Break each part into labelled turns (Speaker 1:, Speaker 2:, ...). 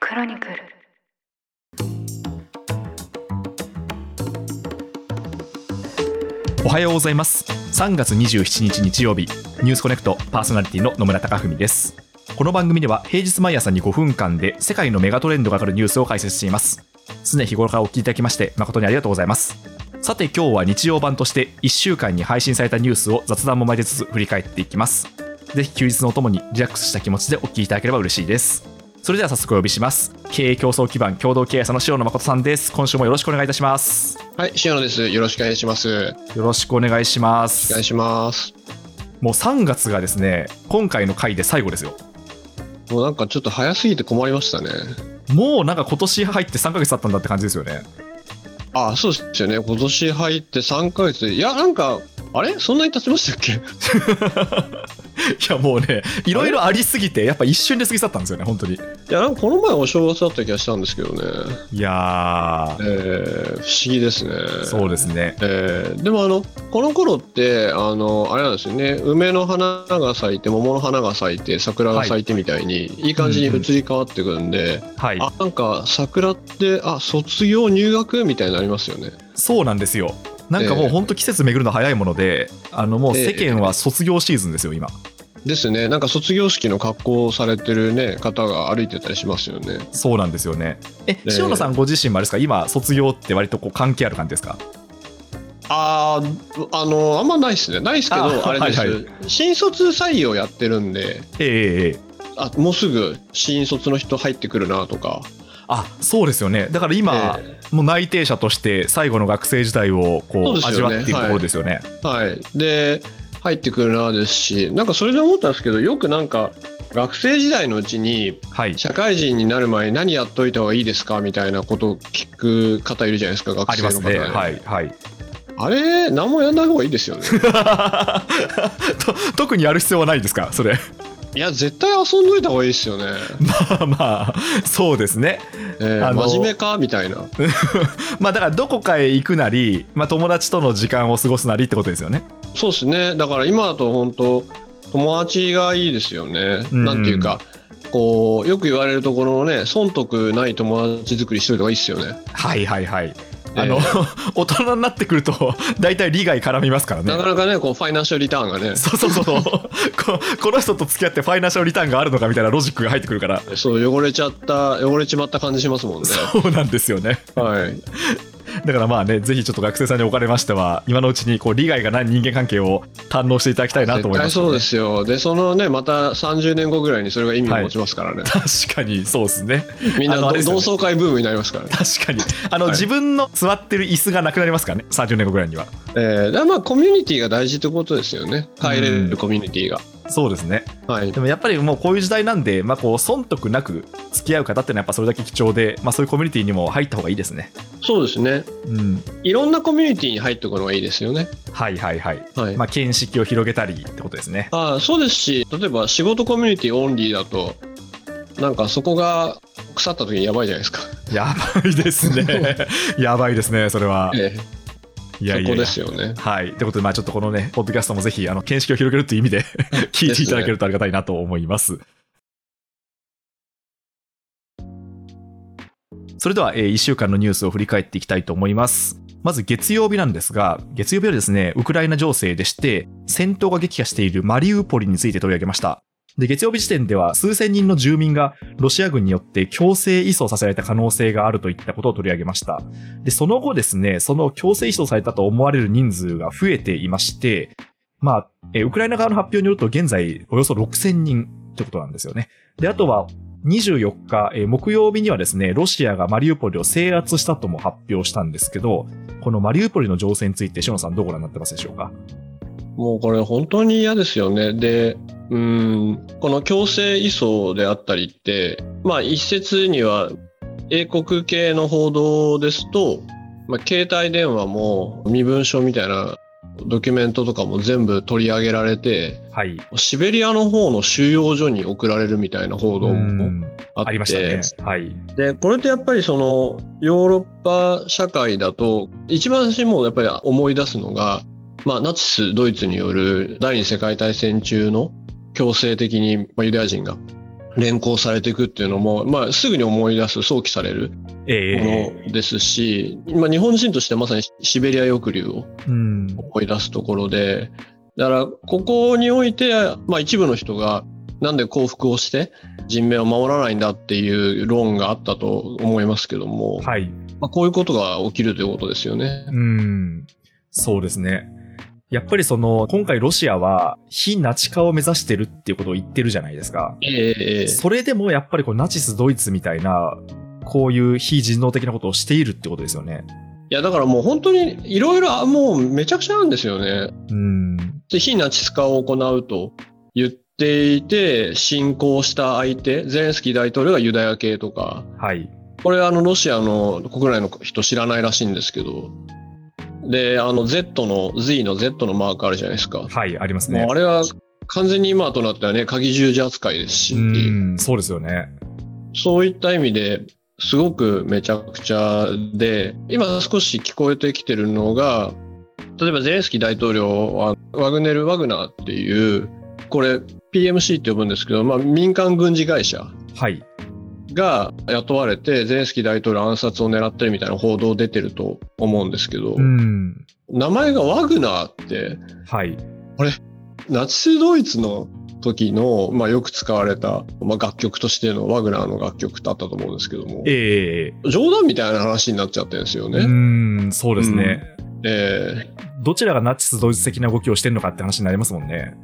Speaker 1: クロニクル
Speaker 2: おはようございます3月27日日曜日ニュースコネクトパーソナリティの野村貴文ですこの番組では平日毎朝に5分間で世界のメガトレンドが上がるニュースを解説しています常日頃からお聞きいただきまして誠にありがとうございますさて今日は日曜版として1週間に配信されたニュースを雑談も交えつつ振り返っていきますぜひ休日のお供にリラックスした気持ちでお聞きいただければ嬉しいですそれでは早速お呼びします経営競争基盤共同経営者の塩野誠さんです今週もよろしくお願いいたします
Speaker 3: はい、塩野です。よろしくお願いします。お
Speaker 2: よろしくお願いします
Speaker 3: 願いします。
Speaker 2: もう3月がですね、今回の回で最後ですよ。
Speaker 3: もうなんかちょっと早すぎて困りましたね。
Speaker 2: もうなんか今年入って3ヶ月経ったんだって感じですよね。
Speaker 3: あそうですよね。今年入って3ヶ月。いや、なんか、あれそんなに経ちましたっけ
Speaker 2: いやもうね、いろいろありすぎて、やっぱ一瞬で過ぎ去ったんですよね、本当に。
Speaker 3: いや、なんかこの前お正月だった気がしたんですけどね。
Speaker 2: いや
Speaker 3: えー、不思議ですね。
Speaker 2: ー、そうですね。
Speaker 3: えーでもあのこの頃ってあのあれなんですよね梅の花が咲いて桃の花が咲いて桜が咲いてみたいに、い、い感じに移り変わってくんで、
Speaker 2: はい。
Speaker 3: あなんか桜ってあ卒業入学みたいになりますよね
Speaker 2: そうなんですよ。なんかもう
Speaker 3: えー
Speaker 2: 本当季節巡るの早いもので、あのもう
Speaker 3: え
Speaker 2: 世
Speaker 3: ー
Speaker 2: 間は卒業シーズンですよ、今。
Speaker 3: ですね、なんか卒業式の格好をされてる、ね、方が歩いてたりしますよね。
Speaker 2: そうなんですよね。え、
Speaker 3: ー
Speaker 2: 塩野さんご自身もあれですか、今、卒業って割とこう関係ある感じですか
Speaker 3: あーあのあんまないですね、ないですけど、
Speaker 2: あ
Speaker 3: あれです、
Speaker 2: はいは
Speaker 3: 新卒採用やってるん
Speaker 2: えー
Speaker 3: で、
Speaker 2: えーえー
Speaker 3: あもうすぐ新卒の人入ってくるなとか、
Speaker 2: あそうですよね。だから今、
Speaker 3: え
Speaker 2: もう内定者として最後の学生時代をこ
Speaker 3: そう
Speaker 2: う
Speaker 3: ですよね
Speaker 2: 味わっているところですよね。
Speaker 3: ーはい、で、入ってくるなですし、なんかそれで思ったんですけど、よくなんか、学生時代のうちに、
Speaker 2: はい、
Speaker 3: 社会人になる前に何やっといた方がいいですかみたいなことを聞く方いるじゃないですか、学
Speaker 2: あり
Speaker 3: 生
Speaker 2: ま
Speaker 3: の
Speaker 2: す
Speaker 3: 方
Speaker 2: ね。
Speaker 3: で
Speaker 2: はい、はい。
Speaker 3: あれ、何もやんない方がいいですよね。
Speaker 2: と特にやる必要はないですか、それ。
Speaker 3: いや、絶対遊んどいた方がいいですよね。
Speaker 2: まあまあ、そうですね。
Speaker 3: えー
Speaker 2: あの
Speaker 3: 真面目かみたいな。
Speaker 2: まあだからどこかへ行くなり、まあ、友達との時間を過ごすなりってことですよね。
Speaker 3: そうですね。だから今だと本当友達がいいですよね。
Speaker 2: うん
Speaker 3: なんていうか。こうよく言われるところのね損得ない友達作りしといた方がいいっすよね
Speaker 2: はいはいはい。あ
Speaker 3: え
Speaker 2: の 大人になってくると大体利害絡みますからね
Speaker 3: な。かなかねこうファイナンシャルリターンがね
Speaker 2: そうそうそう ここの人と付き合ってファイナンシャルリターンがあるのかみたいなロジックが入ってくるから
Speaker 3: そう汚れちゃった汚れちまった感じしますもんね
Speaker 2: そうなんですよね
Speaker 3: はい
Speaker 2: だからまあね、ぜひちょっと学生さんにおかれましては、今のうちにこう利害がない人間関係を堪能していただきたいなと思います、
Speaker 3: 絶対そうで。すよでそのねまた30年後ぐらいにそれが意味を持ちますからね、
Speaker 2: 確かにそうですね。
Speaker 3: みんな
Speaker 2: あのあれですよね
Speaker 3: 同窓会ブームになりますからね
Speaker 2: 確かに。あの、
Speaker 3: はい
Speaker 2: 自分の座ってる椅子がなくなりますからね、30年後ぐらいには。
Speaker 3: えー、だからまあコミュニティが大事ってことですよね帰れるコミュニティが、
Speaker 2: そうですね。
Speaker 3: はい
Speaker 2: でもやっぱりもうこういう時代なんで、まあこう損得なく付き合う方ってのはやっぱそれだけ貴重で、まあそういうコミュニティにも入った方がいいですね。
Speaker 3: そうですね
Speaker 2: うん。
Speaker 3: いろんなコミュニティに入っておくのがいいですよね
Speaker 2: はいはいはい。
Speaker 3: はい、
Speaker 2: まあ見識を広げたりってことですね。
Speaker 3: あー、そうですし例えば仕事コミュニティオンリーだとなんかそこが腐った時にやばいじゃないですか、
Speaker 2: やばいです ね。やばいですね、それは。
Speaker 3: え
Speaker 2: い
Speaker 3: え
Speaker 2: やいやいや
Speaker 3: そこですよね
Speaker 2: はい。ということで、まあちょっとこのね、ポッドキャストもぜひ、あの、見識を広げるという意味で、聞いていただけるとありがたいなと思います。それでは、え1週間のニュースを振り返っていきたいと思います。まず月曜日なんですが、月曜日はですね、ウクライナ情勢でして、戦闘が激化しているマリウポリについて取り上げました。で、月曜日時点では数千人の住民がロシア軍によって強制移送させられた可能性があるといったことを取り上げました。で、その後ですね、その強制移送されたと思われる人数が増えていまして、まあ、えーウクライナ側の発表によると現在およそ6000人ってことなんですよね。で、あとは24日、えー木曜日にはですね、ロシアがマリウポリを制圧したとも発表したんですけど、このマリウポリの情勢について、シ野さんどうご覧になってますでしょうか
Speaker 3: もうこれ本当に嫌ですよねでうーんこの強制移送であったりってまあ一説には英国系の報道ですと、まあ、携帯電話も身分証みたいなドキュメントとかも全部取り上げられて
Speaker 2: はい。
Speaker 3: シベリアの方の収容所に送られるみたいな報道もあって
Speaker 2: ありましたね。はい。
Speaker 3: でこれってやっぱりそのヨーロッパ社会だと一番私もやっぱり思い出すのが、まあ、ナチスドイツによる第二次世界大戦中の強制的に、まあ、ユダヤ人が連行されていくっていうのも、まあ、すぐに思い出す、想起される
Speaker 2: え
Speaker 3: ものですし、まあ、日本人としてまさにシベリア抑留を
Speaker 2: えうん。
Speaker 3: 思い出すところで、だから、ここにおいて、まあ、一部の人が、なんで降伏をして人命を守らないんだっていう論があったと思いますけども、
Speaker 2: はい。
Speaker 3: まあ、こういうことが起きるということですよね。
Speaker 2: うん。そうですね。やっぱりその、今回ロシアは非ナチ化を目指してるっていうことを言ってるじゃないですか。
Speaker 3: ええええ
Speaker 2: それでもやっぱりこうナチスドイツみたいな、こういう非人道的なことをしているってことですよね。
Speaker 3: いや、だからもう本当にいろいろ、もうめちゃくちゃなんですよね。
Speaker 2: うん。
Speaker 3: で、非ナチス化を行うと言っていて、侵攻した相手、ゼレンスキー大統領がユダヤ系とか、
Speaker 2: はい。
Speaker 3: これあの、ロシアの国内の人知らないらしいんですけど、で、あの、Z の、Z の Z のマークあるじゃないですか。
Speaker 2: はい、あります
Speaker 3: も
Speaker 2: ね
Speaker 3: うあ。れは完全に今となってはね、鍵十字扱いですし、
Speaker 2: うん、そうですよね。
Speaker 3: そういった意味ですごくめちゃくちゃで、今少し聞こえてきてるのが、例えばゼレンスキー大統領はワグネル・ワグナーっていう、これ PMC って呼ぶんですけど、まあ民間軍事会社
Speaker 2: はい。
Speaker 3: が雇われてゼレンスキー大統領暗殺を狙ってるみたいな報道出てると思うんですけど、
Speaker 2: うん。
Speaker 3: 名前がワグナーって
Speaker 2: はい。
Speaker 3: ナチスドイツの時の、まあ、よく使われた、まあ、楽曲としてのワグナーの楽曲ってあったと思うんですけども。
Speaker 2: ええ
Speaker 3: 冗談みたいな話になっちゃってるんですよね。
Speaker 2: うん、そうですね。
Speaker 3: え
Speaker 2: どちらがナチスドイツ的な動きをしてるのかって話になりますもんね。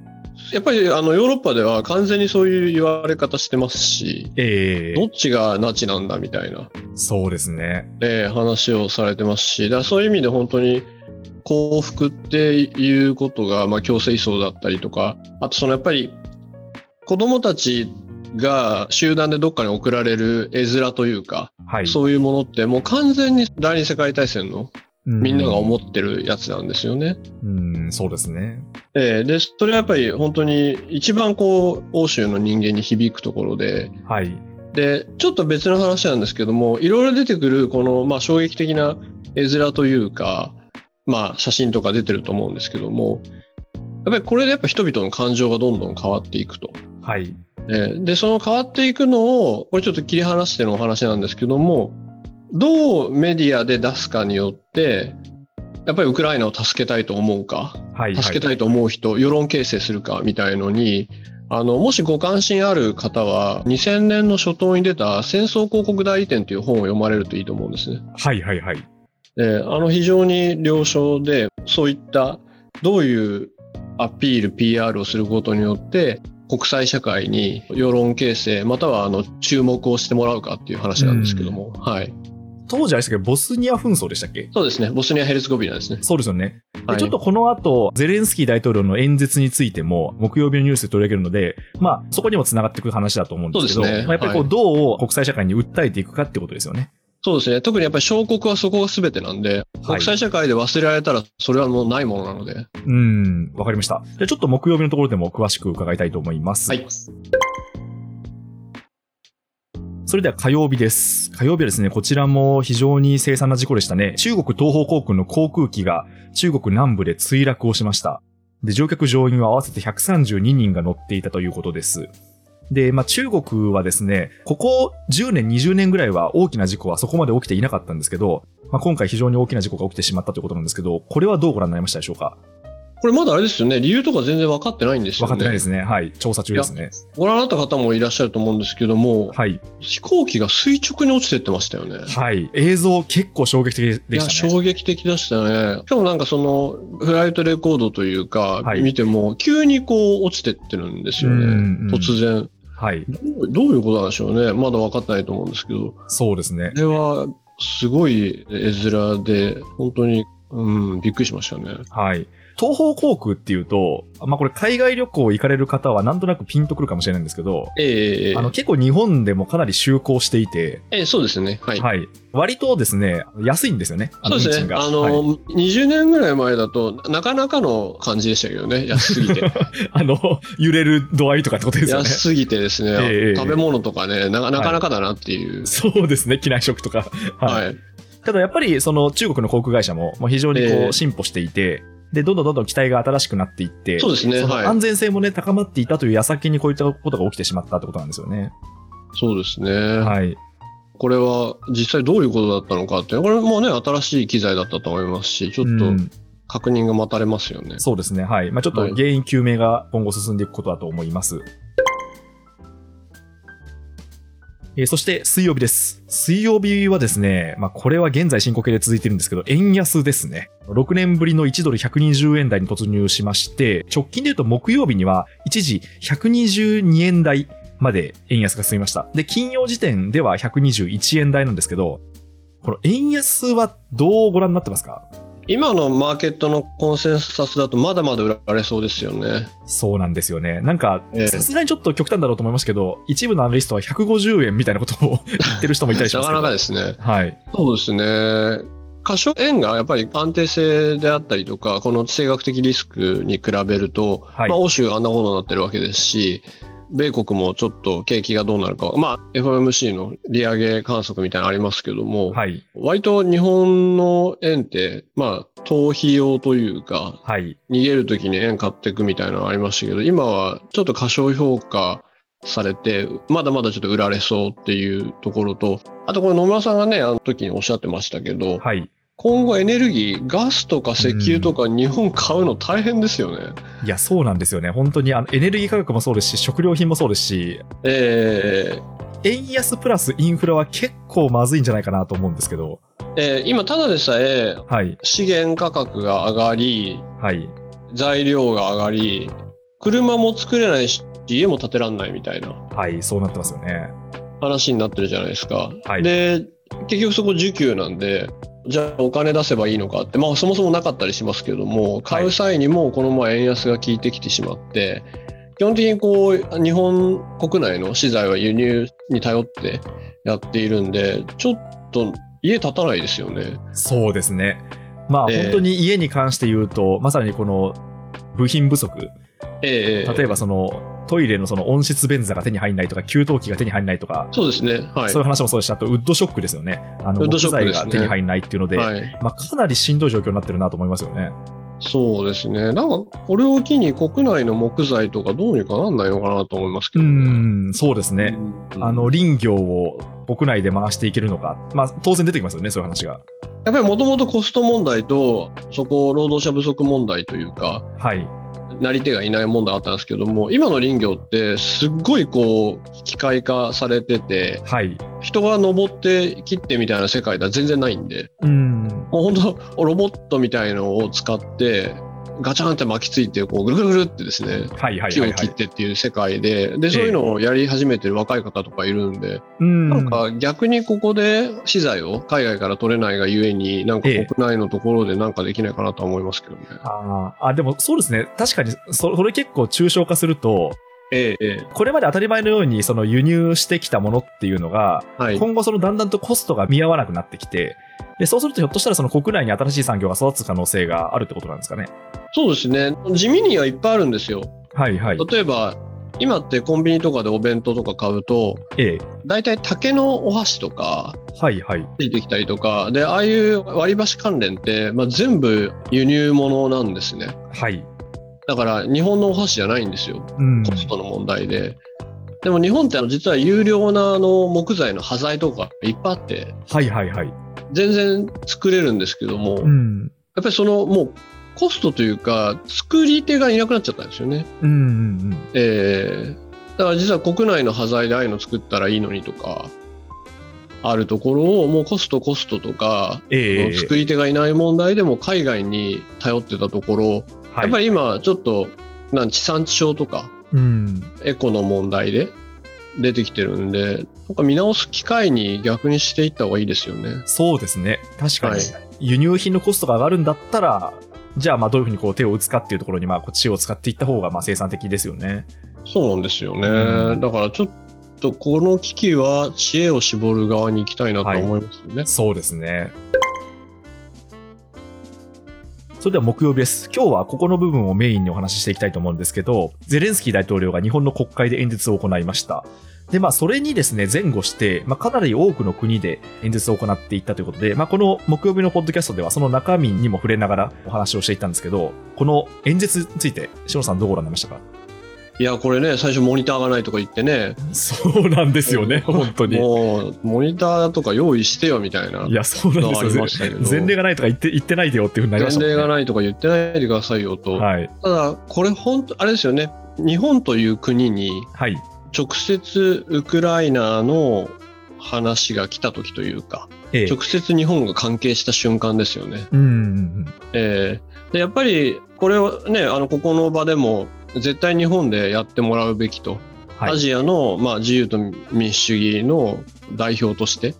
Speaker 3: ーやっぱりあのヨーロッパでは完全にそういう言われ方してますし、
Speaker 2: ええ
Speaker 3: どっちがナチなんだみたいな、
Speaker 2: そうですね。
Speaker 3: えー話をされてますし、だからそういう意味で本当に幸福っていうことが、まあ、強制移送だったりとか、あとそのやっぱり子供たちが集団でどっかに送られる絵面というか、
Speaker 2: はい。
Speaker 3: そういうものってもう完全に第二次世界大戦のみんなが思ってるやつなんですよね。
Speaker 2: うん、うん、そうですね。
Speaker 3: ええで、それはやっぱり本当に一番こう、欧州の人間に響くところで、
Speaker 2: はい。
Speaker 3: で、ちょっと別の話なんですけども、いろいろ出てくるこの、まあ衝撃的な絵面というか、まあ写真とか出てると思うんですけども、やっぱりこれでやっぱ人々の感情がどんどん変わっていくと。
Speaker 2: はい。
Speaker 3: ええで、その変わっていくのを、これちょっと切り離してのお話なんですけども、どうメディアで出すかによって、やっぱりウクライナを助けたいと思うか、
Speaker 2: はい。
Speaker 3: 助け
Speaker 2: は
Speaker 3: たいと思う人、世論形成するかみたいのに、あの、もしご関心ある方は、2000年の初頭に出た戦争広告代理店という本を読まれるといいと思うんですね。
Speaker 2: い。はい、はい、はい。
Speaker 3: で、あの、非常に良少で、そういった、どういうアピール、PR をすることによって、国際社会に世論形成、または、あの、注目をしてもらうかっていう話なんですけども、はい。
Speaker 2: 当時あれでしたっけど、ボスニア紛争でしたっけ
Speaker 3: そうですね。ボスニア・ヘルツゴビナですね。
Speaker 2: そうですよね。
Speaker 3: は
Speaker 2: で
Speaker 3: い
Speaker 2: ちょっとこの後、ゼレンスキー大統領の演説についても、木曜日のニュースで取り上げるので、まあ、そこにも繋がってくる話だと思うんですけど、
Speaker 3: そうですね
Speaker 2: まあやっぱりこ
Speaker 3: は
Speaker 2: う、どう国際社会に訴えていくかってことですよね。
Speaker 3: そうですね。特にやっぱり小国はそこが全てなんで、国際社会で忘れられたらそれはもうないものなので。
Speaker 2: うん、わかりました。じゃあちょっと木曜日のところでも詳しく伺いたいと思います。
Speaker 3: はい。
Speaker 2: それでは火曜日です。火曜日はですね、こちらも非常に凄惨な事故でしたね。中国東方航空の航空機が中国南部で墜落をしました。で、乗客乗員は合わせて132人が乗っていたということです。で、まあ中国はですね、ここ10年、20年ぐらいは大きな事故はそこまで起きていなかったんですけど、まあ今回非常に大きな事故が起きてしまったということなんですけど、これはどうご覧になりましたでしょうか
Speaker 3: これまだあれですよね。理由とか全然分かってないんですよ
Speaker 2: 分か
Speaker 3: ね。
Speaker 2: ってないですね。はい。調査中ですね。
Speaker 3: ご覧になった方もいらっしゃると思うんですけども、
Speaker 2: はい。
Speaker 3: 飛行機が垂直に落ちてってましたよね。
Speaker 2: はい。映像結構衝撃的
Speaker 3: い
Speaker 2: で
Speaker 3: や、
Speaker 2: したね。
Speaker 3: 衝撃的でしたね。しかもなんかその、フライトレコードというか、
Speaker 2: はい
Speaker 3: 見ても、急にこう落ちてってるんですよ
Speaker 2: うんう
Speaker 3: ね。
Speaker 2: ん
Speaker 3: 突然
Speaker 2: はい。
Speaker 3: どう。どういうことなんでしょうね。まだ分かってないと思うんですけど。
Speaker 2: そうですね
Speaker 3: こ。れは、すごい絵面で、本当に、うん、びっくりしましたね。
Speaker 2: はい。東方航空っていうと、まあこれ海外旅行行かれる方はなんとなくピンとくるかもしれないんですけど、
Speaker 3: ええええ
Speaker 2: あの結構日本でもかなり就航していて、
Speaker 3: ええそうですね。はい。
Speaker 2: はい。割とですね、安いんですよね。あ
Speaker 3: そ
Speaker 2: の
Speaker 3: うで
Speaker 2: 運
Speaker 3: す
Speaker 2: 賃
Speaker 3: ね。
Speaker 2: が
Speaker 3: あ
Speaker 2: はい
Speaker 3: の、20年ぐらい前だと、なかなかの感じでしたけどね。安す ぎて。
Speaker 2: あの、揺れる度合いとかってことですよね
Speaker 3: 安。すぎてですね、
Speaker 2: ええええ
Speaker 3: 食べ物とかね、なかなかなかだなっていう。
Speaker 2: そうですね、機内食とか。
Speaker 3: はい。
Speaker 2: ただやっぱりその中国の航空会社もまあ非常に
Speaker 3: え
Speaker 2: こう
Speaker 3: え
Speaker 2: 進歩していて、で、どんどんどんどん機体が新しくなっていって、
Speaker 3: そうですね
Speaker 2: その
Speaker 3: はい
Speaker 2: 安全性もね、高まっていたという矢先にこういったことが起きてしまったってことなんですよね。
Speaker 3: そうですね。
Speaker 2: はい。
Speaker 3: これは実際どういうことだったのかって、これもね、新しい機材だったと思いますし、ちょっ
Speaker 2: う
Speaker 3: と
Speaker 2: ん
Speaker 3: 確認が待たれますよね。
Speaker 2: そうですね。はい。まあ、ちょっと
Speaker 3: はい
Speaker 2: 原因究明が今後進んでいくことだと思います。えーそして水曜日です。水曜日はですね、まあ、これは現在進行形で続いてるんですけど、円安ですね。6年ぶりの1ドル120円台に突入しまして、直近で言うと木曜日には一時122円台まで円安が進みました。で、金曜時点では121円台なんですけど、この円安はどうご覧になってますか
Speaker 3: 今のマーケットのコンセンサスだとまだまだ売られそうですよね。
Speaker 2: そうなんですよね。なんか
Speaker 3: え、え
Speaker 2: さすがにちょっと極端だろうと思いますけど、一部のアナリストは150円みたいなことを 言ってる人もいたりし
Speaker 3: な
Speaker 2: ます
Speaker 3: か
Speaker 2: けど。
Speaker 3: なかですね。
Speaker 2: はい。
Speaker 3: そうですね。過小円がやっぱり安定性であったりとか、この地政学的リスクに比べると、
Speaker 2: はい
Speaker 3: まあ、欧州あんなことになってるわけですし、米国もちょっと景気がどうなるかは、まあ、FOMC の利上げ観測みたいなのありますけども、
Speaker 2: はい。
Speaker 3: 割と日本の円って、まあ、逃避用というか、
Speaker 2: はい。
Speaker 3: 逃げるときに円買っていくみたいなのありましたけど、今はちょっと過小評価されて、まだまだちょっと売られそうっていうところと、あとこれ野村さんがね、あの時におっしゃってましたけど、
Speaker 2: はい。
Speaker 3: 今後エネルギー、ガスとか石油とか日本買うの大変ですよね。
Speaker 2: いや、そうなんですよね。本当にあのエネルギー価格もそうですし、食料品もそうですし、
Speaker 3: えー
Speaker 2: 円安プラスインフラは結構まずいんじゃないかなと思うんですけど。
Speaker 3: えー今ただでさえ
Speaker 2: はい。
Speaker 3: 資源価格が上がり、
Speaker 2: はい。
Speaker 3: 材料が上がり、車も作れないし、家も建てらんないみたいな
Speaker 2: はい。そうなってますよね。
Speaker 3: 話になってるじゃないですか。
Speaker 2: はい
Speaker 3: で、結局そこ需給なんで、じゃあお金出せばいいのかって、まあそもそもなかったりしますけども、買う際にもこのまま円安が効いてきてしまって、基本的にこう、日本国内の資材は輸入に頼ってやっているんで、ちょっと家建たないですよね。
Speaker 2: そうですね。まあ、
Speaker 3: ええ
Speaker 2: 本当に家に関して言うと、まさにこの部品不足
Speaker 3: ええ
Speaker 2: 例えばそのトイレのその温室便座が手に入んないとか給湯器が手に入んないとか、
Speaker 3: そうですね。はい
Speaker 2: そうい。う話もそうですしあとウッドショックですよねあの
Speaker 3: ウッドシ
Speaker 2: 木
Speaker 3: ョッ
Speaker 2: 材
Speaker 3: クですね
Speaker 2: が手に入んないっていうので、
Speaker 3: はい
Speaker 2: まあ、かなりしんどい状況になってるなと思いますよね
Speaker 3: そうですね。なんか、これを機に国内の木材とかどうにかなんないのかなと思いますけ
Speaker 2: う
Speaker 3: どね。
Speaker 2: んそうですね、
Speaker 3: うん
Speaker 2: あの林業を国内で回していけるのか、まあ、当然出てきますよねそういう話が
Speaker 3: やっぱりもともとコスト問題と、そこ、労働者不足問題というか、
Speaker 2: はい
Speaker 3: なり手がいない問題あったんですけども、今の林業って、すっごいこう、機械化されてて、
Speaker 2: はい
Speaker 3: 人が登って切ってみたいな世界では全然ないんで、
Speaker 2: うん
Speaker 3: もう本当、ロボットみたいのを使って、ガチャンって巻きついて、こう、ぐるぐるぐるってですね、
Speaker 2: はいはい
Speaker 3: 木
Speaker 2: はい
Speaker 3: を
Speaker 2: は
Speaker 3: 切っ
Speaker 2: い
Speaker 3: てっていう世界で、で、そういうのをやり始めてる若い方とかいるんで、
Speaker 2: うん
Speaker 3: なんか逆にここで資材を海外から取れないがゆえに、なんか
Speaker 2: ええ
Speaker 3: 国内のところでなんかできないかなとは思いますけどね。
Speaker 2: あーあでもそうですね確かにそそれ結構抽象化すると
Speaker 3: ええ、ええ、
Speaker 2: これまで当たり前のようにその輸入してきたものっていうのが
Speaker 3: はい。
Speaker 2: 今後そのだんだんとコストが見合わなくなってきて、で、そうするとひょっとしたらその国内に新しい産業が育つ可能性があるってことなんですかね。
Speaker 3: そうですね。地味にはいっぱいあるんですよ。
Speaker 2: はいはい。
Speaker 3: 例えば、今ってコンビニとかでお弁当とか買うと、
Speaker 2: ええ。
Speaker 3: 大体竹のお箸とか
Speaker 2: はいはい。
Speaker 3: ついてきたりとか、で、ああいう割り箸関連って、まあ、全部輸入物なんですね。
Speaker 2: はい。
Speaker 3: だから日本のお箸じゃないんですよ。
Speaker 2: うん。
Speaker 3: コストの問題で。でも日本ってあの実は有料なあの木材の端材とかいっぱいあって、
Speaker 2: はいはいはい。
Speaker 3: 全然作れるんですけども、
Speaker 2: う
Speaker 3: やっ
Speaker 2: ん。
Speaker 3: ぱりそのもうコストというか、作り手がいなくなっちゃったんですよね。
Speaker 2: うんうんうん。
Speaker 3: えー、だから実は国内の端材でああいうの作ったらいいのにとか、あるところをもうコストコストとか、
Speaker 2: ええ。
Speaker 3: 作り手がいない問題でも海外に頼ってたところ、
Speaker 2: は
Speaker 3: やっぱ
Speaker 2: り。
Speaker 3: り今ちょっとなん地産地消とか、
Speaker 2: うん。
Speaker 3: エコの問題で出てきてるんで、なんか見直す機会に逆にしていった方がいいですよね。
Speaker 2: そうですね。確か
Speaker 3: は
Speaker 2: に
Speaker 3: い。
Speaker 2: 輸入品のコストが上がるんだったら、じゃあ、まあ、どういうふうにこう手を打つかっていうところに、まあ、こう知恵を使っていった方が、まあ、生産的ですよね。
Speaker 3: そうなんです
Speaker 2: う
Speaker 3: よね。
Speaker 2: ん
Speaker 3: だからちょっとこの危機は知恵を絞る側に行きたいなと思いますよね。
Speaker 2: そうですね。それでは木曜日です。今日はここの部分をメインにお話ししていきたいと思うんですけど、ゼレンスキー大統領が日本の国会で演説を行いました。で、まあ、それにですね、前後して、まあ、かなり多くの国で演説を行っていったということで、まあ、この木曜日のポッドキャストでは、その中身にも触れながらお話をしていったんですけど、この演説について、しのさんどうご覧になりましたか
Speaker 3: いや、これね、最初モニターがないとか言ってね、
Speaker 2: そうなんですよね、 本当に。
Speaker 3: もう、モニターとか用意してよみたいな。
Speaker 2: いや、そうなん
Speaker 3: あ
Speaker 2: です
Speaker 3: り
Speaker 2: よ
Speaker 3: ま。したけど。
Speaker 2: 前例がないとか言って言ってないでよっていうふうになりましたも
Speaker 3: 前
Speaker 2: ん
Speaker 3: 例
Speaker 2: ね。
Speaker 3: がないとか言ってないでくださいよと。
Speaker 2: はい。
Speaker 3: ただ、これ本当、あれですよね。日本という国に
Speaker 2: はい。
Speaker 3: 直接ウクライナの話が来た時というか、
Speaker 2: ええ。
Speaker 3: 直接日本が関係した瞬間ですよね。
Speaker 2: うんうん
Speaker 3: ええでやっぱりこれをね、あの、ここの場でも絶対日本でやってもらうべきと。
Speaker 2: うん。は
Speaker 3: ア
Speaker 2: い。
Speaker 3: ジアの、まあ、自由と民主主義の代表として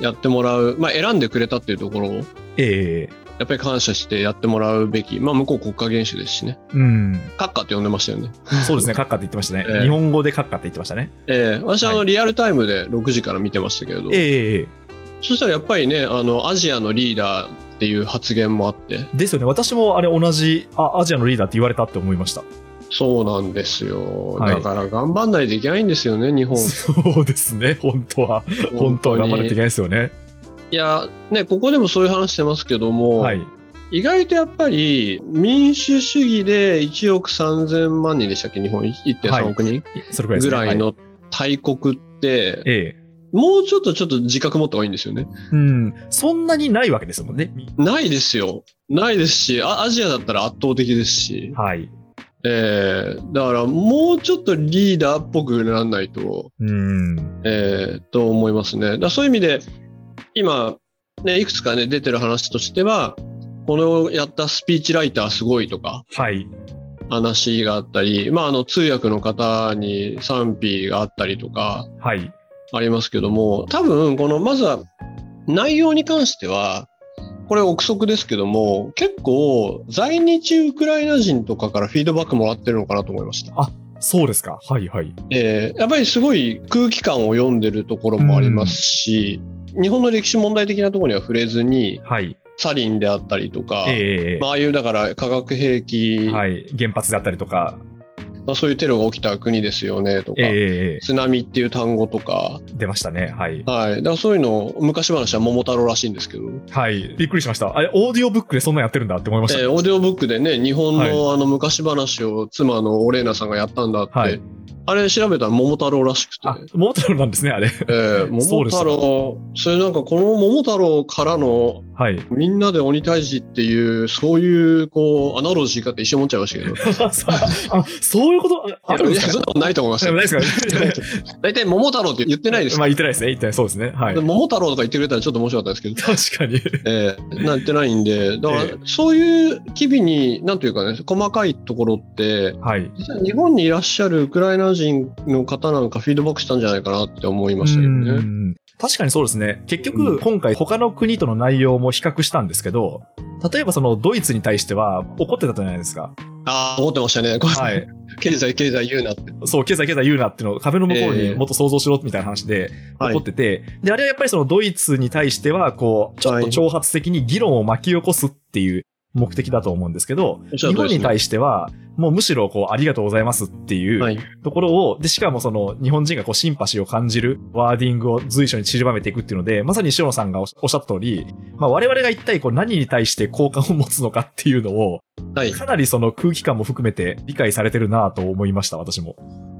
Speaker 3: やってもらう、まあ、選んでくれたっていうところをや
Speaker 2: ええ。
Speaker 3: っぱり感謝してやってもらうべき、まあ、向こう国家元首ですしね
Speaker 2: うん。
Speaker 3: 閣下って呼んでましたよね、
Speaker 2: そう ですね、閣下って言ってましたね。
Speaker 3: ええ
Speaker 2: 日本語で閣下って言ってましたね。
Speaker 3: ええ私あ
Speaker 2: は
Speaker 3: のリアルタイムで6時から見てましたけれど、
Speaker 2: ええ。
Speaker 3: そしたらやっぱりねあのアジアのリーダーっていう発言もあって
Speaker 2: ですよね。私もあれ同じ、あ、アジアのリーダーって言われたって思いました。
Speaker 3: そうなんですよ、
Speaker 2: はい
Speaker 3: だから頑張んないといけないんですよね日本
Speaker 2: そうですね、本当は。 本当は頑張らなきゃいけないですよね。
Speaker 3: いやねここでもそういう話してますけども、
Speaker 2: はい。
Speaker 3: 意外とやっぱり民主主義で1億3000万人でしたっけ日本
Speaker 2: はい
Speaker 3: 1.3億人
Speaker 2: それくらいです
Speaker 3: ぐ
Speaker 2: ね。
Speaker 3: らい
Speaker 2: は
Speaker 3: の大国って、
Speaker 2: ええ。
Speaker 3: もうちょっとちょっと自覚持った方がいいんですよね。
Speaker 2: うん。そんなにないわけですもんね。
Speaker 3: ないですよ。ないですし、あアジアだったら圧倒的ですし、
Speaker 2: はい。
Speaker 3: えーだからもうちょっとリーダーっぽくならないと、
Speaker 2: うん。
Speaker 3: えーと思いますね。だからそういう意味で、今、ね、いくつかね、出てる話としては、これをやったスピーチライターすごいとか、
Speaker 2: はい。
Speaker 3: 話があったり、まあ、あの通訳の方に賛否があったりとか
Speaker 2: はい。
Speaker 3: ありますけども多分このまずは内容に関してはこれ憶測ですけども結構在日ウクライナ人とかからフィードバックもらってるのかなと思いました、
Speaker 2: そうですか。はいはい。
Speaker 3: えーやっぱりすごい空気感を読んでるところもありますし、日本の歴史問題的なところには触れずに
Speaker 2: はい。
Speaker 3: サリンであったりとか、
Speaker 2: ええ
Speaker 3: まあああいうだから化学兵器、
Speaker 2: はい。原発だったりとか、
Speaker 3: まあ、そういうテロが起きた国ですよねとか、
Speaker 2: ええ
Speaker 3: 津波っていう単語とか、
Speaker 2: 出ましたね。はい。
Speaker 3: はい、だからそういうのを昔話は桃太郎らしいんですけど、
Speaker 2: はい。びっくりしました。あれ、オーディオブックでそんなんやってるんだって思いました。
Speaker 3: えーオーディオブックでね、日本
Speaker 2: はい
Speaker 3: のあの昔話を妻のオレーナさんがやったんだって、
Speaker 2: はい
Speaker 3: あれ調べたら桃太郎らしくて、
Speaker 2: あ、モータルなんですね、あれ。
Speaker 3: えー
Speaker 2: そう
Speaker 3: 桃
Speaker 2: です
Speaker 3: 太郎、それなんかこの桃太郎からの
Speaker 2: はい。
Speaker 3: みんなで鬼退治っていう、そういうこうアナロジーかって一瞬思っちゃいましたけど。
Speaker 2: あ、そういうことああるん
Speaker 3: い
Speaker 2: で
Speaker 3: や、
Speaker 2: す
Speaker 3: そん
Speaker 2: か
Speaker 3: なことないと思います
Speaker 2: でも
Speaker 3: よ
Speaker 2: ない。ですか
Speaker 3: 大体桃太郎って言ってないで す
Speaker 2: まあ、言ってないですね。言ってない。そうですね。はい。
Speaker 3: 桃太郎とか言ってくれたらちょっと面白かったですけ ど。
Speaker 2: 確かに。
Speaker 3: えーなってないんで、だから
Speaker 2: ええ、
Speaker 3: そういう機微に、なんというかね、細かいところって、
Speaker 2: はい。
Speaker 3: 実は日本にいらっしゃるウクライナ人の方なんかフィードバックしたんじゃないかなって思いましたけど
Speaker 2: う
Speaker 3: ね。
Speaker 2: ん確かにそうですね。結
Speaker 3: う
Speaker 2: 局、
Speaker 3: ん
Speaker 2: 今回他の国との内容も比較したんですけど、例えばそのドイツに対しては怒ってたじゃないですか。
Speaker 3: ああ、思ってましたね。これ
Speaker 2: はい。
Speaker 3: 経済、経済言うなって。
Speaker 2: そう、経済経済言うなっていうのを壁の向こう
Speaker 3: え
Speaker 2: に
Speaker 3: え
Speaker 2: もっと想像しろみたいな話で
Speaker 3: はい
Speaker 2: 怒ってて、で、あれはやっぱりそのドイツに対しては、こう、ちょっと挑発的に議論を巻き起こすっていう目的だと思うんですけど、
Speaker 3: おっしゃ
Speaker 2: 日
Speaker 3: る通
Speaker 2: 本
Speaker 3: りですね
Speaker 2: に対しては、もうむしろこう、ありがとうございますっていう、
Speaker 3: はい。
Speaker 2: ところを、で、しかもその、日本人がこう、シンパシーを感じるワーディングを随所に散りばめていくっていうので、まさに塩野さんがおっおっしゃった通り、まあ、我々が一体こう、何に対して好感を持つのかっていうのを、
Speaker 3: はい。
Speaker 2: かなりその空気感も含めて理解されてるなぁと思いました、私も。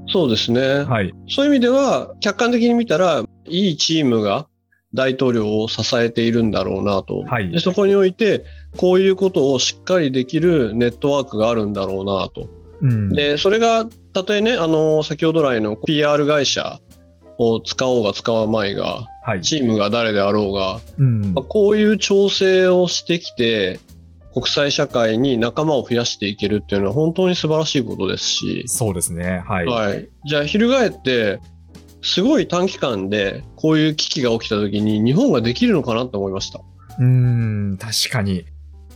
Speaker 3: そうですね。
Speaker 2: はい。
Speaker 3: そういう意味では、客観的に見たら、いいチームが大統領を支えているんだろうなと。
Speaker 2: はい
Speaker 3: でそこにおいて、こういうことをしっかりできるネットワークがあるんだろうなと。
Speaker 2: うん。
Speaker 3: でそれがたとえねあの先ほど来の PR 会社を使おうが使わないが
Speaker 2: はい。
Speaker 3: チームが誰であろうが、
Speaker 2: うん
Speaker 3: まあ。こういう調整をしてきて国際社会に仲間を増やしていけるっていうのは本当に素晴らしいことですし、
Speaker 2: そうですね。はい。
Speaker 3: はい、じゃあ翻ってすごい短期間でこういう危機が起きた時に日本ができるのかなと思いました。。
Speaker 2: うーん、確かに。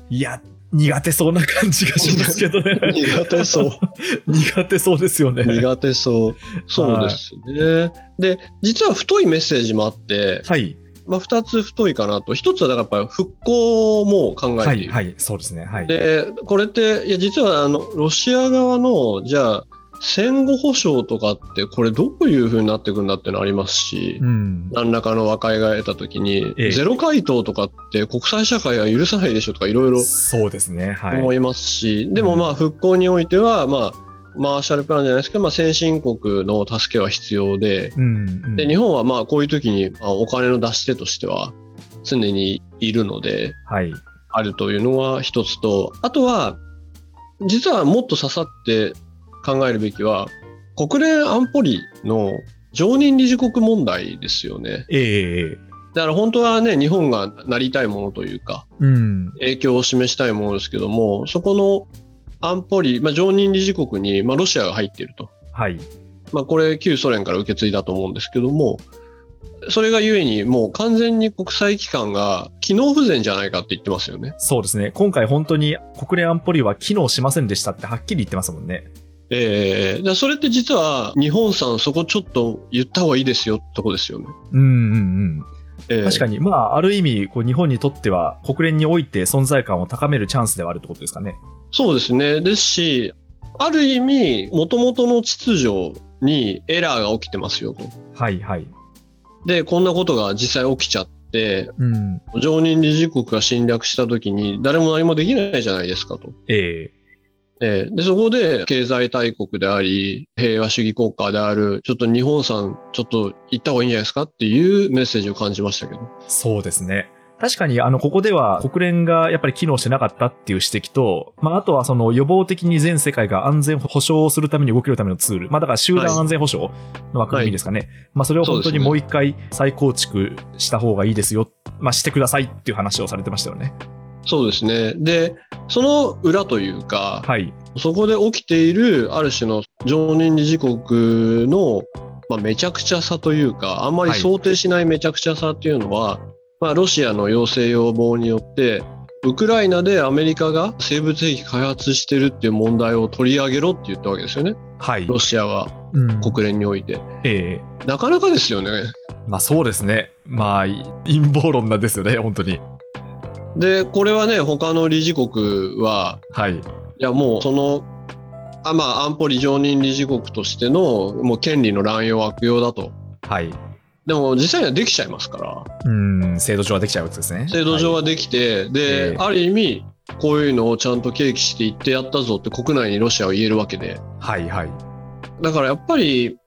Speaker 2: いや、苦手そうな感じがしますけどね
Speaker 3: 苦手そう。
Speaker 2: 苦手そうですよね。
Speaker 3: 苦手そう。そうですね。で、実は太いメッセージもあって、
Speaker 2: はい。
Speaker 3: まあ、2つ太いかなと1つはだからやっぱり復興も考え
Speaker 2: は
Speaker 3: てい
Speaker 2: い。
Speaker 3: る、
Speaker 2: はい。そうですね。はい。
Speaker 3: でこれっていや実はあのロシア側のじゃあ戦後保障とかって、これどういう風になっていくんだっていうのありますし、
Speaker 2: うん。
Speaker 3: 何らかの和解が得たときに、
Speaker 2: ええ
Speaker 3: ゼロ回答とかって国際社会は許さないでしょとかいろいろ
Speaker 2: そうですね。はい。
Speaker 3: 思いますし、でもまあ復興においては、まあ、マーシャルプランじゃないですけど、まあ、先進国の助けは必要で、
Speaker 2: うん、うん。
Speaker 3: で日本はまあこういう時にまあお金の出し手としては常にいるので、
Speaker 2: はい。
Speaker 3: あるというのは一つと、あとは、実はもっと刺さって考えるべきは、国連安保理の常任理事国問題ですよね。
Speaker 2: ええ
Speaker 3: だから本当はね、日本がなりたいものというか、
Speaker 2: うん。
Speaker 3: 影響を示したいものですけども、そこの安保理、まあ、常任理事国に、まあ、ロシアが入っていると。
Speaker 2: はい。
Speaker 3: まあ、これ、旧ソ連から受け継いだと思うんですけども、それがゆえに、もう完全に国際機関が機能不全じゃないかって言ってますよね。
Speaker 2: そうですね。今回本当に国連安保理は機能しませんでしたってはっきり言ってますもんね。
Speaker 3: ええだからそれって実は日本さんそこちょっと言った方がいいですよってとこですよね。
Speaker 2: うんうん
Speaker 3: え
Speaker 2: うん。確か
Speaker 3: に。
Speaker 2: に、まあ、ある意味、こう、日本にとっては、国連において存在感を高めるチャンスではあるってことですかね。
Speaker 3: そうですね。ですし、ある意味、元々の秩序にエラーが起きてますよと。
Speaker 2: はいはい。
Speaker 3: で、こんなことが実際起きちゃって、
Speaker 2: うん。
Speaker 3: 常任理事国が侵略した時に誰も何もできないじゃないですかと。
Speaker 2: ええ
Speaker 3: ええで、そこで経済大国であり、平和主義国家である、ちょっと日本さんちょっと行った方がいいんじゃないですかっていうメッセージを感じましたけど。
Speaker 2: そうですね。確かに、あの、ここでは国連がやっぱり機能してなかったっていう指摘と、まあ、あとはその予防的に全世界が安全保障をするために動けるためのツール、まあ、だから集団安全保障の枠組みですかね。まあ、それを本当にもう一回再構築した方がいいですよ。まあ、してくださいっていう話をされてましたよね。
Speaker 3: そうですね。で、その裏というか、
Speaker 2: はい。
Speaker 3: そこで起きているある種の常任理事国の、まあ、めちゃくちゃさというか、あんまり
Speaker 2: はい
Speaker 3: 想定しないめちゃくちゃさっていうのは、まあ、ロシアの要請要望によって、ウクライナでアメリカが生物兵器開発してるっていう問題を取り上げろって言ったわけですよね。
Speaker 2: はい。
Speaker 3: ロシアは
Speaker 2: うん
Speaker 3: 国連において。
Speaker 2: ええ
Speaker 3: なかなかですよね。
Speaker 2: まあそうですね。まあ、い陰謀論なんですよね、本当に。
Speaker 3: で、これはね、他の理事国は、
Speaker 2: はい。
Speaker 3: いやもうそのあ、まあ、安保理常任理事国としてのもう権利の乱用悪用だと。
Speaker 2: はい。
Speaker 3: でも実際にはできちゃいますから
Speaker 2: うん、制度上はできちゃうやつですね。
Speaker 3: 制度上
Speaker 2: は
Speaker 3: はできて、で、
Speaker 2: ええ
Speaker 3: ある意味こういうのをちゃんと契機していってやったぞって国内にロシアは言えるわけで
Speaker 2: い。はい、はい。
Speaker 3: だからやっぱり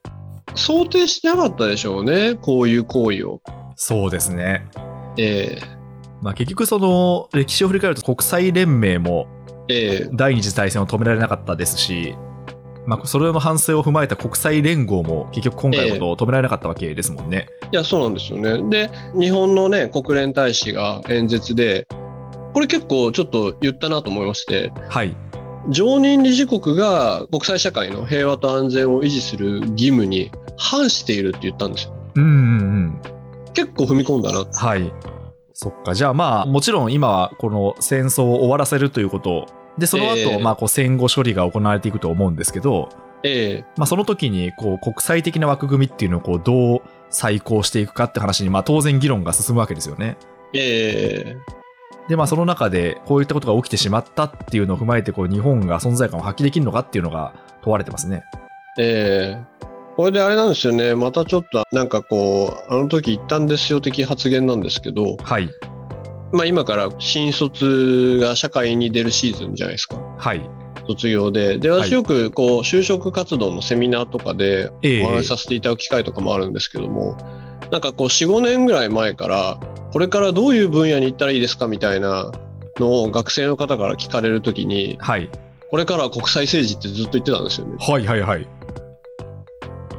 Speaker 3: 想定してなかったでしょうねこういう行為を。
Speaker 2: そうですね。
Speaker 3: え
Speaker 2: まあ結局その、歴史を振り返ると国際連盟も
Speaker 3: ええ
Speaker 2: 第二次大戦を止められなかったですし、まあそれの反省を踏まえた国際連合も結局今回のことを止められなかったわけですもんね。
Speaker 3: えいやそうなんですよね。で日本のね国連大使が演説でこれ結構ちょっと言ったなと思いまして。
Speaker 2: はい。
Speaker 3: 常任理事国が国際社会の平和と安全を維持する義務に反しているって言ったんですよ。
Speaker 2: うんうんうん。
Speaker 3: 結構踏み込んだな。
Speaker 2: はい。そっか。じゃあまあ、もちろん今はこの戦争を終わらせるということで、その後、
Speaker 3: ええ
Speaker 2: まあこう戦後処理が行われていくと思うんですけど、
Speaker 3: ええ
Speaker 2: まあその時にこう国際的な枠組みっていうのをこうどう再考していくかって話に、まあ当然議論が進むわけですよね。
Speaker 3: ええ
Speaker 2: で、まあその中でこういったことが起きてしまったっていうのを踏まえて、こう日本が存在感を発揮できるのかっていうのが問われてますね。
Speaker 3: ええこれであれなんですよね。またちょっとなんかこう、あの時言ったんですよ的発言なんですけど、
Speaker 2: はい。
Speaker 3: まあ今から新卒が社会に出るシーズンじゃないですか。
Speaker 2: はい。
Speaker 3: 卒業で。で、
Speaker 2: はい
Speaker 3: 私よくこう、就職活動のセミナーとかで
Speaker 2: ええ
Speaker 3: お話しさせていただく機会とかもあるんですけども、なんかこう45年ぐらい前からこれからどういう分野に行ったらいいですかみたいなのを学生の方から聞かれるときに
Speaker 2: はい。
Speaker 3: これからは国際政治ってずっと言ってたんですよね。
Speaker 2: はいはいはい。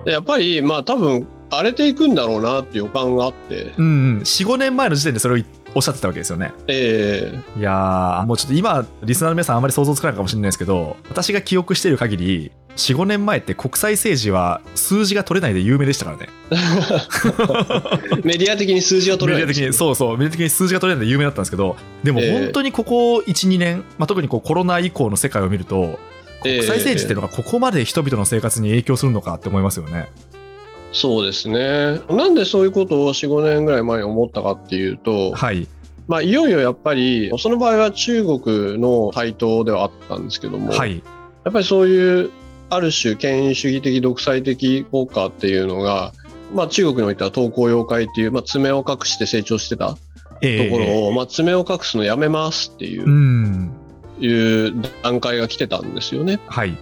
Speaker 3: でやっぱりまあ多分荒れていくんだろうなっていう予感があって、
Speaker 2: うんうん。4、5年前の時点でそれをおっしゃってたわけですよね。
Speaker 3: えー
Speaker 2: いやー、もうちょっと今、リスナーの皆さんあんまり想像つかないかもしれないですけど、私が記憶している限り、4、5年前って国際政治は数字が取れないで有名でしたからね。
Speaker 3: メディア的に数字が取
Speaker 2: メ
Speaker 3: れ
Speaker 2: デ
Speaker 3: な
Speaker 2: ィア
Speaker 3: いんで
Speaker 2: 的
Speaker 3: すよ
Speaker 2: に、そうそう、メディア的に数字が取れないので有名だったんですけど、でも
Speaker 3: ええ
Speaker 2: 本当にここ1、2年、まあ、特にこうコロナ以降の世界を見ると、
Speaker 3: ええ
Speaker 2: 国際政治っていうのがここまで人々の生活に影響するのかって思いますよね。
Speaker 3: そうですねなんでそういうことを45年ぐらい前に思ったかっていうと、
Speaker 2: はい。
Speaker 3: まあ、いよいよやっぱりその場合は中国の台頭ではあったんですけども、
Speaker 2: はい。
Speaker 3: やっぱりそういうある種権威主義的独裁的効果っていうのが、まあ、中国においては東高妖怪っていう、まあ、爪を隠して成長してたと
Speaker 2: ええ
Speaker 3: ころを、まあ、爪を隠すのやめますっていう,、
Speaker 2: うん。
Speaker 3: いう段階が来てたんですよね。
Speaker 2: はい。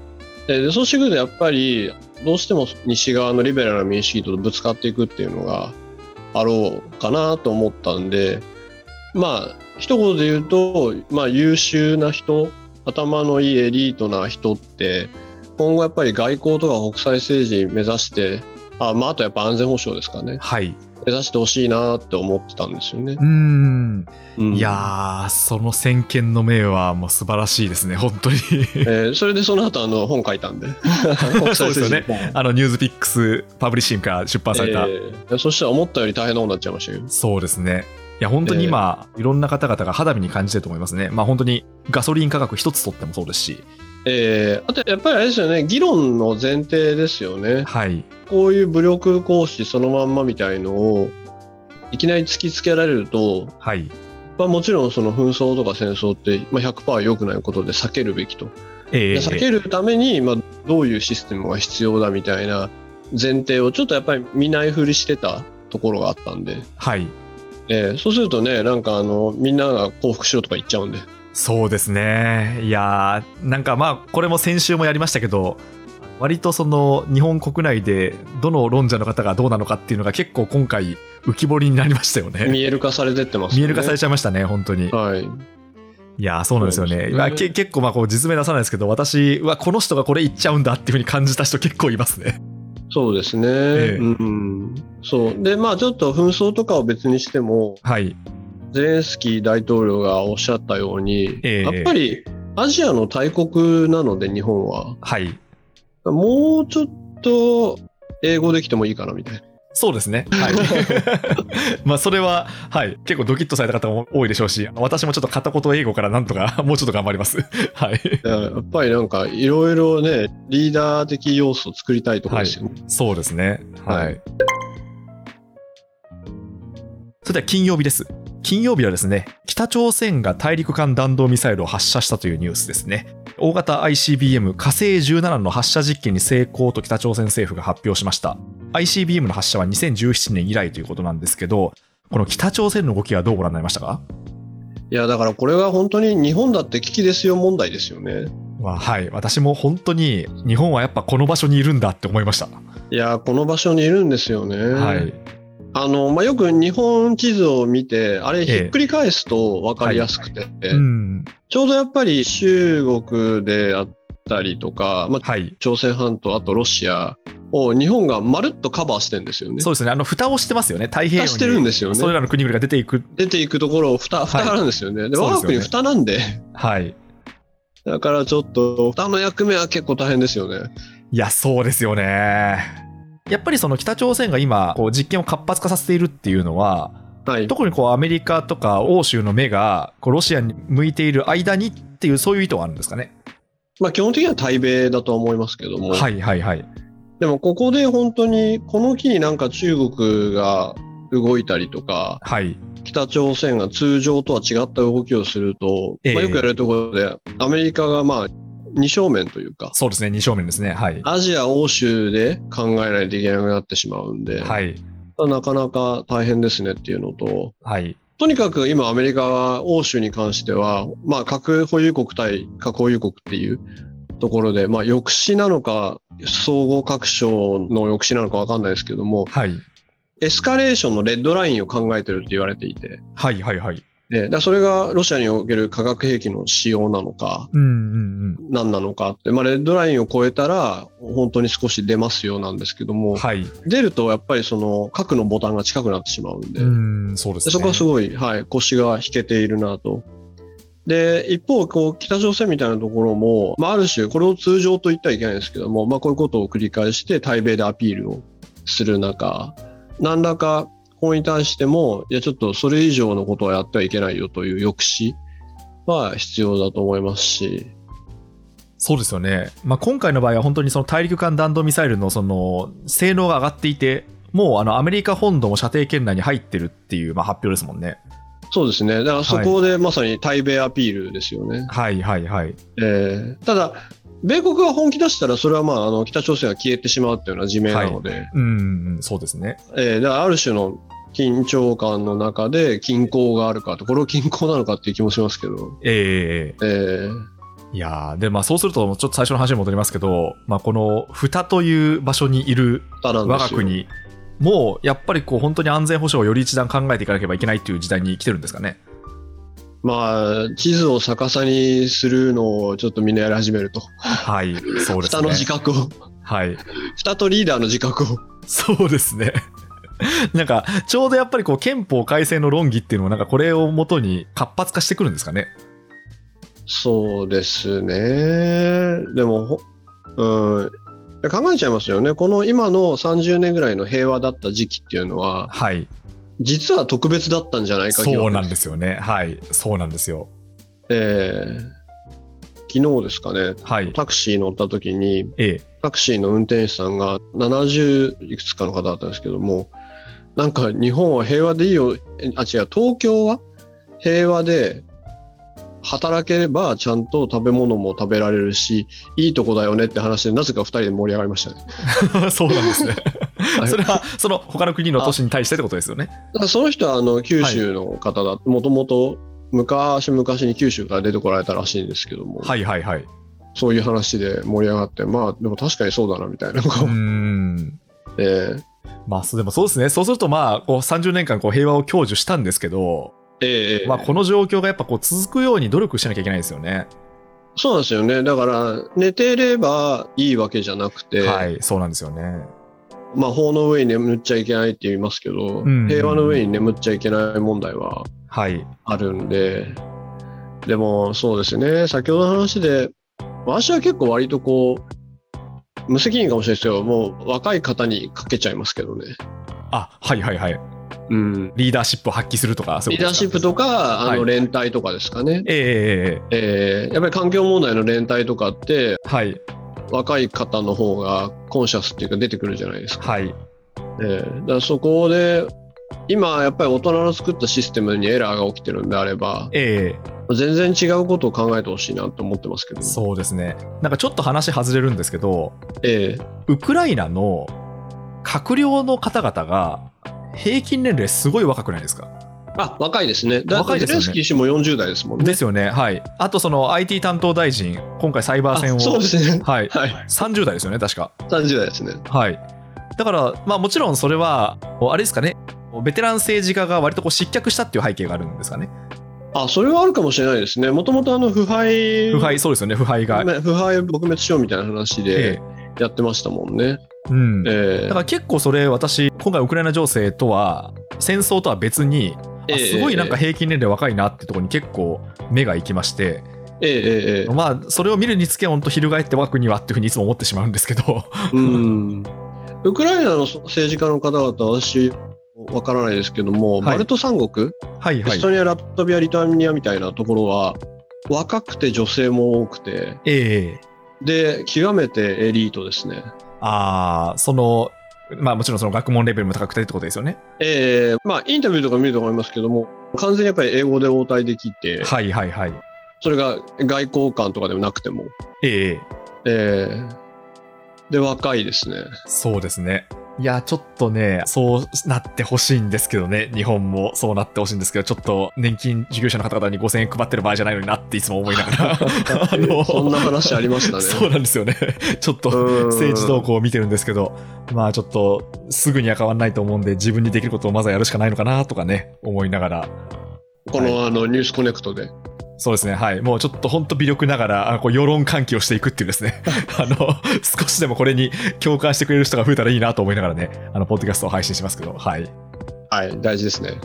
Speaker 3: ででそうしてくるとやっぱりどうしても西側のリベラルな民主主義とぶつかっていくっていうのがあろうかなと思ったんでまあ一言で言うと、まあ、優秀な人頭のいいエリートな人って今後やっぱり外交とか国際政治目指してあ,、まあ、あとやっぱ安全保障ですかね
Speaker 2: はい。
Speaker 3: 目指してほしいなって思ってたんですよね。
Speaker 2: うん。
Speaker 3: うん
Speaker 2: いやー、その先見の明はもう素晴らしいですね、本当に。
Speaker 3: えーそれでその後あの本書いた んで国
Speaker 2: そうですよね
Speaker 3: ね
Speaker 2: あの、ニュースピックスパブリッシングから出版された。
Speaker 3: そしたら思ったより大変なことになっちゃいましたけど
Speaker 2: そうですね。いや、本当に今、いろんな方々が肌身に感じてると思いますね。まあ本当にガソリン価格一つとってもそうですし。
Speaker 3: えーあとやっぱりあれですよね、議論の前提ですよね、
Speaker 2: はい。
Speaker 3: こういう武力行使そのまんまみたいのをいきなり突きつけられると、
Speaker 2: はい。
Speaker 3: まあ、もちろんその紛争とか戦争って、まあ、100%良くないことで避けるべきと、
Speaker 2: え
Speaker 3: で
Speaker 2: え
Speaker 3: 避けるために、まあ、どういうシステムが必要だみたいな前提をちょっとやっぱり見ないふりしてたところがあったんで、
Speaker 2: はい。
Speaker 3: えーそうするとね、なんかあのみんなが降伏しろとか言っちゃうんで。
Speaker 2: そうですね。いやー、なんかまあ、これも先週もやりましたけど、割とその日本国内でどの論者の方がどうなのかっていうのが結構今回浮き彫りになりましたよね。
Speaker 3: 見える化されてってます
Speaker 2: 見
Speaker 3: よね。
Speaker 2: える化されちゃいましたね、本当に。
Speaker 3: はい。
Speaker 2: いやー、そうなんですよ
Speaker 3: そうで
Speaker 2: ね。
Speaker 3: すね
Speaker 2: まあけ結構まあこう実名出さないですけど、私はこの人がこれ言っちゃうんだっていうふうに感じた人結構いますね。
Speaker 3: そうですね、
Speaker 2: ええ
Speaker 3: うん、そうでまあちょっと紛争とかを別にしても
Speaker 2: はい。
Speaker 3: ゼレンスキー大統領がおっしゃったように、
Speaker 2: ええ
Speaker 3: やっぱりアジアの大国なので日本は
Speaker 2: はい。
Speaker 3: もうちょっと英語できてもいいかなみたい な。
Speaker 2: そうですね。はい。 まあ、それは、はい。結構ドキッとされた方も多いでしょうし、私もちょっと片言英語からなんとか、 もうちょっと頑張ります。はい。
Speaker 3: やっぱりなんかいろいろねリーダー的要素を作りたいところですよね。
Speaker 2: そうですね。はい。
Speaker 3: は
Speaker 2: それでは金曜日です。金曜日はですね、北朝鮮が大陸間弾道ミサイルを発射したというニュースですね。大型 ICBM 火星17の発射実験に成功と北朝鮮政府が発表しました。ICBM の発射は2017年以来ということなんですけど、この北朝鮮の動きはどうご覧になりましたか
Speaker 3: いやだからこれは本当に日本だって危機ですよ問題ですよね。
Speaker 2: まあはい、私も本当に日本はやっぱこの場所にいるんだって思いました。
Speaker 3: いやこの場所にいるんですよね。
Speaker 2: はい。
Speaker 3: あの、まあ、よく日本地図を見て、あれひっくり返すと分かりやすくて、
Speaker 2: うん。
Speaker 3: ちょうどやっぱり中国であったりとか、まあ、
Speaker 2: はい。
Speaker 3: 朝鮮半島、あとロシアを日本がまるっとカバーしてんですよね。
Speaker 2: そうですね。あの、蓋をしてますよね。太平
Speaker 3: 蓋してる
Speaker 2: 洋
Speaker 3: ん
Speaker 2: に。
Speaker 3: ですよ
Speaker 2: それ
Speaker 3: ね。
Speaker 2: らの国々が出ていく。
Speaker 3: 出ていくところを蓋、蓋があるんですよね。で、
Speaker 2: そう
Speaker 3: 我
Speaker 2: で
Speaker 3: が
Speaker 2: すよね
Speaker 3: 国蓋なんで、
Speaker 2: はい。
Speaker 3: だからちょっと、蓋の役目は結構大変ですよね。
Speaker 2: いや、そうですよね。やっぱりその北朝鮮が今、こう実験を活発化させているっていうのは、
Speaker 3: はい。
Speaker 2: 特にこうアメリカとか欧州の目がこうロシアに向いている間にっていう、そういう意図はあるんですかね。
Speaker 3: まあ、基本的には対米だと思いますけども。
Speaker 2: はいはいはい。
Speaker 3: でもここで本当にこの機になんか中国が動いたりとか
Speaker 2: はい。
Speaker 3: 北朝鮮が通常とは違った動きをすると、
Speaker 2: ええ
Speaker 3: まあ、よくやるところでアメリカがまあ二正面というか
Speaker 2: そうですね。二正面ですね。はい。
Speaker 3: アジア欧州で考えないといけなくなってしまうんで、
Speaker 2: はい。
Speaker 3: なかなか大変ですねっていうのと
Speaker 2: はい。
Speaker 3: とにかく今アメリカは欧州に関しては、まあ、核保有国対核保有国っていうところで、まあ、抑止なのか総合各省の抑止なのかわかんないですけども
Speaker 2: はい。
Speaker 3: エスカレーションのレッドラインを考えてるって言われていて、
Speaker 2: はいはいはい。
Speaker 3: でだからそれがロシアにおける化学兵器の使用なのか、
Speaker 2: うんうん
Speaker 3: 何なのかって、まあ、レッドラインを超えたら、本当に少し出ますよなんですけど
Speaker 2: う
Speaker 3: も、
Speaker 2: ん。はい。
Speaker 3: 出るとやっぱりその核のボタンが近くなってしまうんで、
Speaker 2: うん、そうで
Speaker 3: です
Speaker 2: ね。
Speaker 3: そこはすごい、はい、腰が引けているなと。で一方こう、北朝鮮みたいなところも、まあ、ある種、これを通常と言ってはいけないんですけども、まあ、こういうことを繰り返して、対米でアピールをする中、何らかこれに対しても、いや、ちょっとそれ以上のことはやってはいけないよという抑止は必要だと思いますし、
Speaker 2: そうですよね、まあ、今回の場合は本当にその大陸間弾道ミサイルのその性能が上がっていて、もうあのアメリカ本土も射程圏内に入ってるっていうまあ発表ですもんね。
Speaker 3: そうですね、だからそこでまさに対米アピールですよね。
Speaker 2: はいはいはい。
Speaker 3: えーただ、米国が本気出したら、それはまあ、あの、北朝鮮が消えてしまうっていうような自明なので、
Speaker 2: うん、そうですね。
Speaker 3: えーだからある種の緊張感の中で均衡があるかと、これを均衡なのかっていう気もしますけど、
Speaker 2: ええ
Speaker 3: えー
Speaker 2: いやーで、まあそうすると、ちょっと最初の話に戻りますけど、まあこの、蓋という場所にいる
Speaker 3: あなん
Speaker 2: 我
Speaker 3: です
Speaker 2: が
Speaker 3: よ
Speaker 2: 国、もうやっぱりこう本当に安全保障をより一段考えていかなければいけないという時代に来てるんですかね。
Speaker 3: まあ、地図を逆さにするのをちょっとみんなやり始めると。
Speaker 2: はい、そうです
Speaker 3: 蓋の自
Speaker 2: ね。
Speaker 3: 覚を。
Speaker 2: はい、
Speaker 3: 蓋とリーダーの自覚を。
Speaker 2: そうですね。なんか、ちょうどやっぱりこう憲法改正の論議っていうのも、なんかこれをもとに活発化してくるんですかね。
Speaker 3: そうですね。でも、ほうん。考えちゃいますよね。この今の30年ぐらいの平和だった時期っていうのは、
Speaker 2: はい、
Speaker 3: 実は特別だったんじゃないか
Speaker 2: そうなん
Speaker 3: す。
Speaker 2: ですよね。はい、そうなんですよ。
Speaker 3: えー昨日ですかね、
Speaker 2: はい、
Speaker 3: タクシー乗った時に、
Speaker 2: え え、
Speaker 3: タクシーの運転手さんが70いくつかの方だったんですけども、なんか日本は平和でいいよ、えあ、違う、東京は平和で、働ければちゃんと食べ物も食べられるし、いいとこだよねって話で、なぜか2人で盛り上がりました ね。
Speaker 2: そうなんですね。
Speaker 3: はい
Speaker 2: それは、その他の国の都市に対してってことですよね。
Speaker 3: だからその人はあの九州の方だ、もともと昔々に九州から出てこられたらしいんですけども、
Speaker 2: はいはいはい。
Speaker 3: そういう話で盛り上がって、まあでも確かにそうだなみたいなの
Speaker 2: う
Speaker 3: が
Speaker 2: ーん。
Speaker 3: えー
Speaker 2: まあ、そうでもそうですね。そうすると、まあ、こう30年間こう平和を享受したんですけど、
Speaker 3: えーえー
Speaker 2: まあ、この状況がやっぱこう続くように努力しなきゃいけないですよね。
Speaker 3: そうなんですよね。だから、寝てればいいわけじゃなくて、
Speaker 2: はい、そうなんですよね。
Speaker 3: まあ、法の上に眠っちゃいけないって言いますけど、
Speaker 2: うん
Speaker 3: 平和の上に眠っちゃいけない問題は
Speaker 2: はい、
Speaker 3: あるんで、でも、そうですね。先ほどの話で、私は結構割とこう、無責任かもしれないですけど、もう若い方にかけちゃいますけどね。
Speaker 2: あ、はいはいはい。
Speaker 3: うん。
Speaker 2: リーダーシップを発揮するとか、そうい
Speaker 3: リ
Speaker 2: う
Speaker 3: ー
Speaker 2: ことです
Speaker 3: ダー
Speaker 2: か
Speaker 3: シップとか、あ
Speaker 2: はい
Speaker 3: の、連帯とかですかね。
Speaker 2: えええええ
Speaker 3: えーやっぱり環境問題の連帯とかって、
Speaker 2: えはい、
Speaker 3: 若い方の方がコンシャスっていうか出てくるじゃないですか。
Speaker 2: はい、
Speaker 3: ええだからそこで今やっぱり大人の作ったシステムにエラーが起きてるんであれば
Speaker 2: ええ
Speaker 3: 全然違うことを考えてほしいなと思ってますけど
Speaker 2: そうですね。なんかちょっと話外れるんですけど、
Speaker 3: ええ
Speaker 2: ウクライナの閣僚の方々が平均年齢すごい若くないですか
Speaker 3: あ若いですねだ
Speaker 2: 若い
Speaker 3: って
Speaker 2: で
Speaker 3: ゼ
Speaker 2: すよね
Speaker 3: レンスキー氏も40代ですもんね
Speaker 2: ですよね。はい。あとその IT 担当大臣、今回サイバー戦
Speaker 3: あそう
Speaker 2: を。
Speaker 3: ですね
Speaker 2: はい。
Speaker 3: はい
Speaker 2: 30代ですよね、確か。
Speaker 3: 30代ですね
Speaker 2: はい。だから、まあもちろんそれは、あれですかね、ベテラン政治家が割とこう失脚したっていう背景があるんですかね。
Speaker 3: あそれはあるかもしれないですねもともとあの腐敗
Speaker 2: 腐敗、そうですよね、腐敗が。
Speaker 3: ね腐敗を撲滅しようみたいな話
Speaker 2: え
Speaker 3: でやってましたもんね、
Speaker 2: えうん。
Speaker 3: ええ
Speaker 2: だから結構それ私今回ウクライナ情勢とは戦争とは別にあ
Speaker 3: ええ
Speaker 2: すごいなんか平均年齢若いなってところに結構目が行きまして
Speaker 3: ええええええ
Speaker 2: まあそれを見るにつけ本当翻って我が国はっていうふうにいつも思ってしまうんですけど
Speaker 3: うんウクライナの政治家の方々私わからないですけども、
Speaker 2: い
Speaker 3: バルト三国
Speaker 2: はい
Speaker 3: エ
Speaker 2: は
Speaker 3: ス
Speaker 2: い
Speaker 3: トニア、ラトビア、リトアニアみたいなところは、若くて女性も多くて、
Speaker 2: ええ
Speaker 3: で、極めてエリートですね。
Speaker 2: ああそのまあもちろんその学問レベルも高くてってことですよね
Speaker 3: えー、まあ、インタビューとか見ると思いますけども、完全にやっぱり英語で応対できて、
Speaker 2: はいはいはい
Speaker 3: それが外交官とかでもなくても、
Speaker 2: ええ
Speaker 3: えー、で、若いですね。
Speaker 2: そうですねいやちょっとねそうなってほしいんですけどね日本もそうなってほしいんですけどちょっと年金受給者の方々に5000円配ってる場合じゃないのになっていつも思いなが らあの
Speaker 3: そんな話ありましたね。
Speaker 2: そうなんですよね。ちょっと
Speaker 3: うん
Speaker 2: 政治動向を見てるんですけど、まあちょっとすぐには変わんないと思うんで、自分にできることをまずはやるしかないのかなとかね、思いながら。
Speaker 3: このあのニュースコネクトで。
Speaker 2: そうですね。はい。もうちょっと本当微力ながら、あのこう世論喚起をしていくっていうですね、 あの、少しでもこれに共感してくれる人が増えたらいいなと思いながらね、あの、ポッドキャストを配信しますけど、はい。
Speaker 3: はい、大事ですね。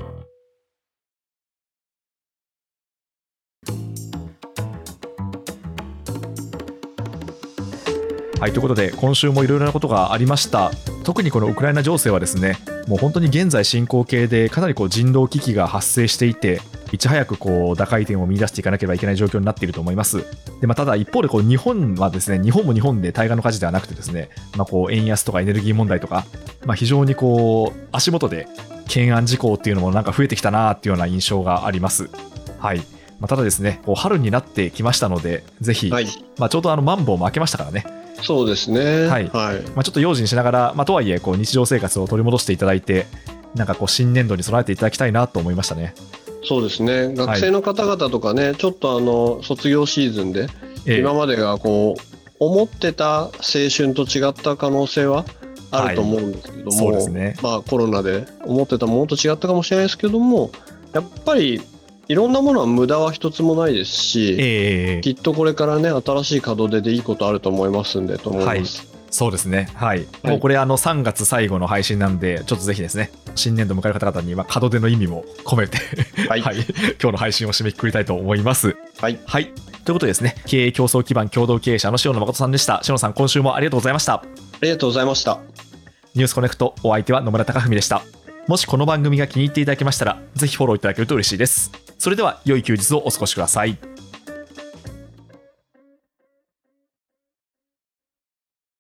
Speaker 2: はい、ということで、今週もいろいろなことがありました。特にこのウクライナ情勢はですね、もう本当に現在進行形で、かなりこう人道危機が発生していて、いち早くこう打開点を見出していかなければいけない状況になっていると思います。でまあ、ただ一方でこう日本はですね日本も日本で対岸の火事ではなくてですね、まあ、こう円安とかエネルギー問題とか、まあ、非常にこう足元で懸案事項っていうのもなんか増えてきたなっていうような印象があります。はいまあ、ただですね、こう春になってきましたので、ぜひ、
Speaker 3: はい、
Speaker 2: まあ、ちょうどあのマンボウも明けましたからね、
Speaker 3: そうですね。
Speaker 2: はいまあ、ちょっと用心しながら、まあ、とはいえこう日常生活を取り戻していただいて、なんかこう新年度に備えていただきたいなと思いましたね。
Speaker 3: そうですね。学生の方々とかね、ちょっとあの卒業シーズンで、
Speaker 2: ええ
Speaker 3: 今までがこう思ってた青春と違った可能性はあると思うんですけども、
Speaker 2: そうですね。
Speaker 3: まあコロナで思ってたものと違ったかもしれないですけども、やっぱりいろんなものは無駄は一つもないですし。
Speaker 2: ええ
Speaker 3: きっとこれからね、新しい門出でいいことあると思いますんで、と思います。
Speaker 2: そうですね。はい。
Speaker 3: はい
Speaker 2: もうこれ、あの、3月最後の配信なんで、ちょっとぜひですね、新年度迎える方々に、まあ、門出の意味も込めて、
Speaker 3: はい。
Speaker 2: はい、今日の配信を締めくくりたいと思います。
Speaker 3: はい。
Speaker 2: はい。ということでですね、経営競争基盤共同経営者の塩野誠さんでした。塩野さん、今週もありがとうございました。
Speaker 3: ありがとうございました。
Speaker 2: ニュースコネクト、お相手は野村貴文でした。もしこの番組が気に入っていただけましたら、ぜひフォローいただけると嬉しいです。それでは、良い休日をお過ごしください。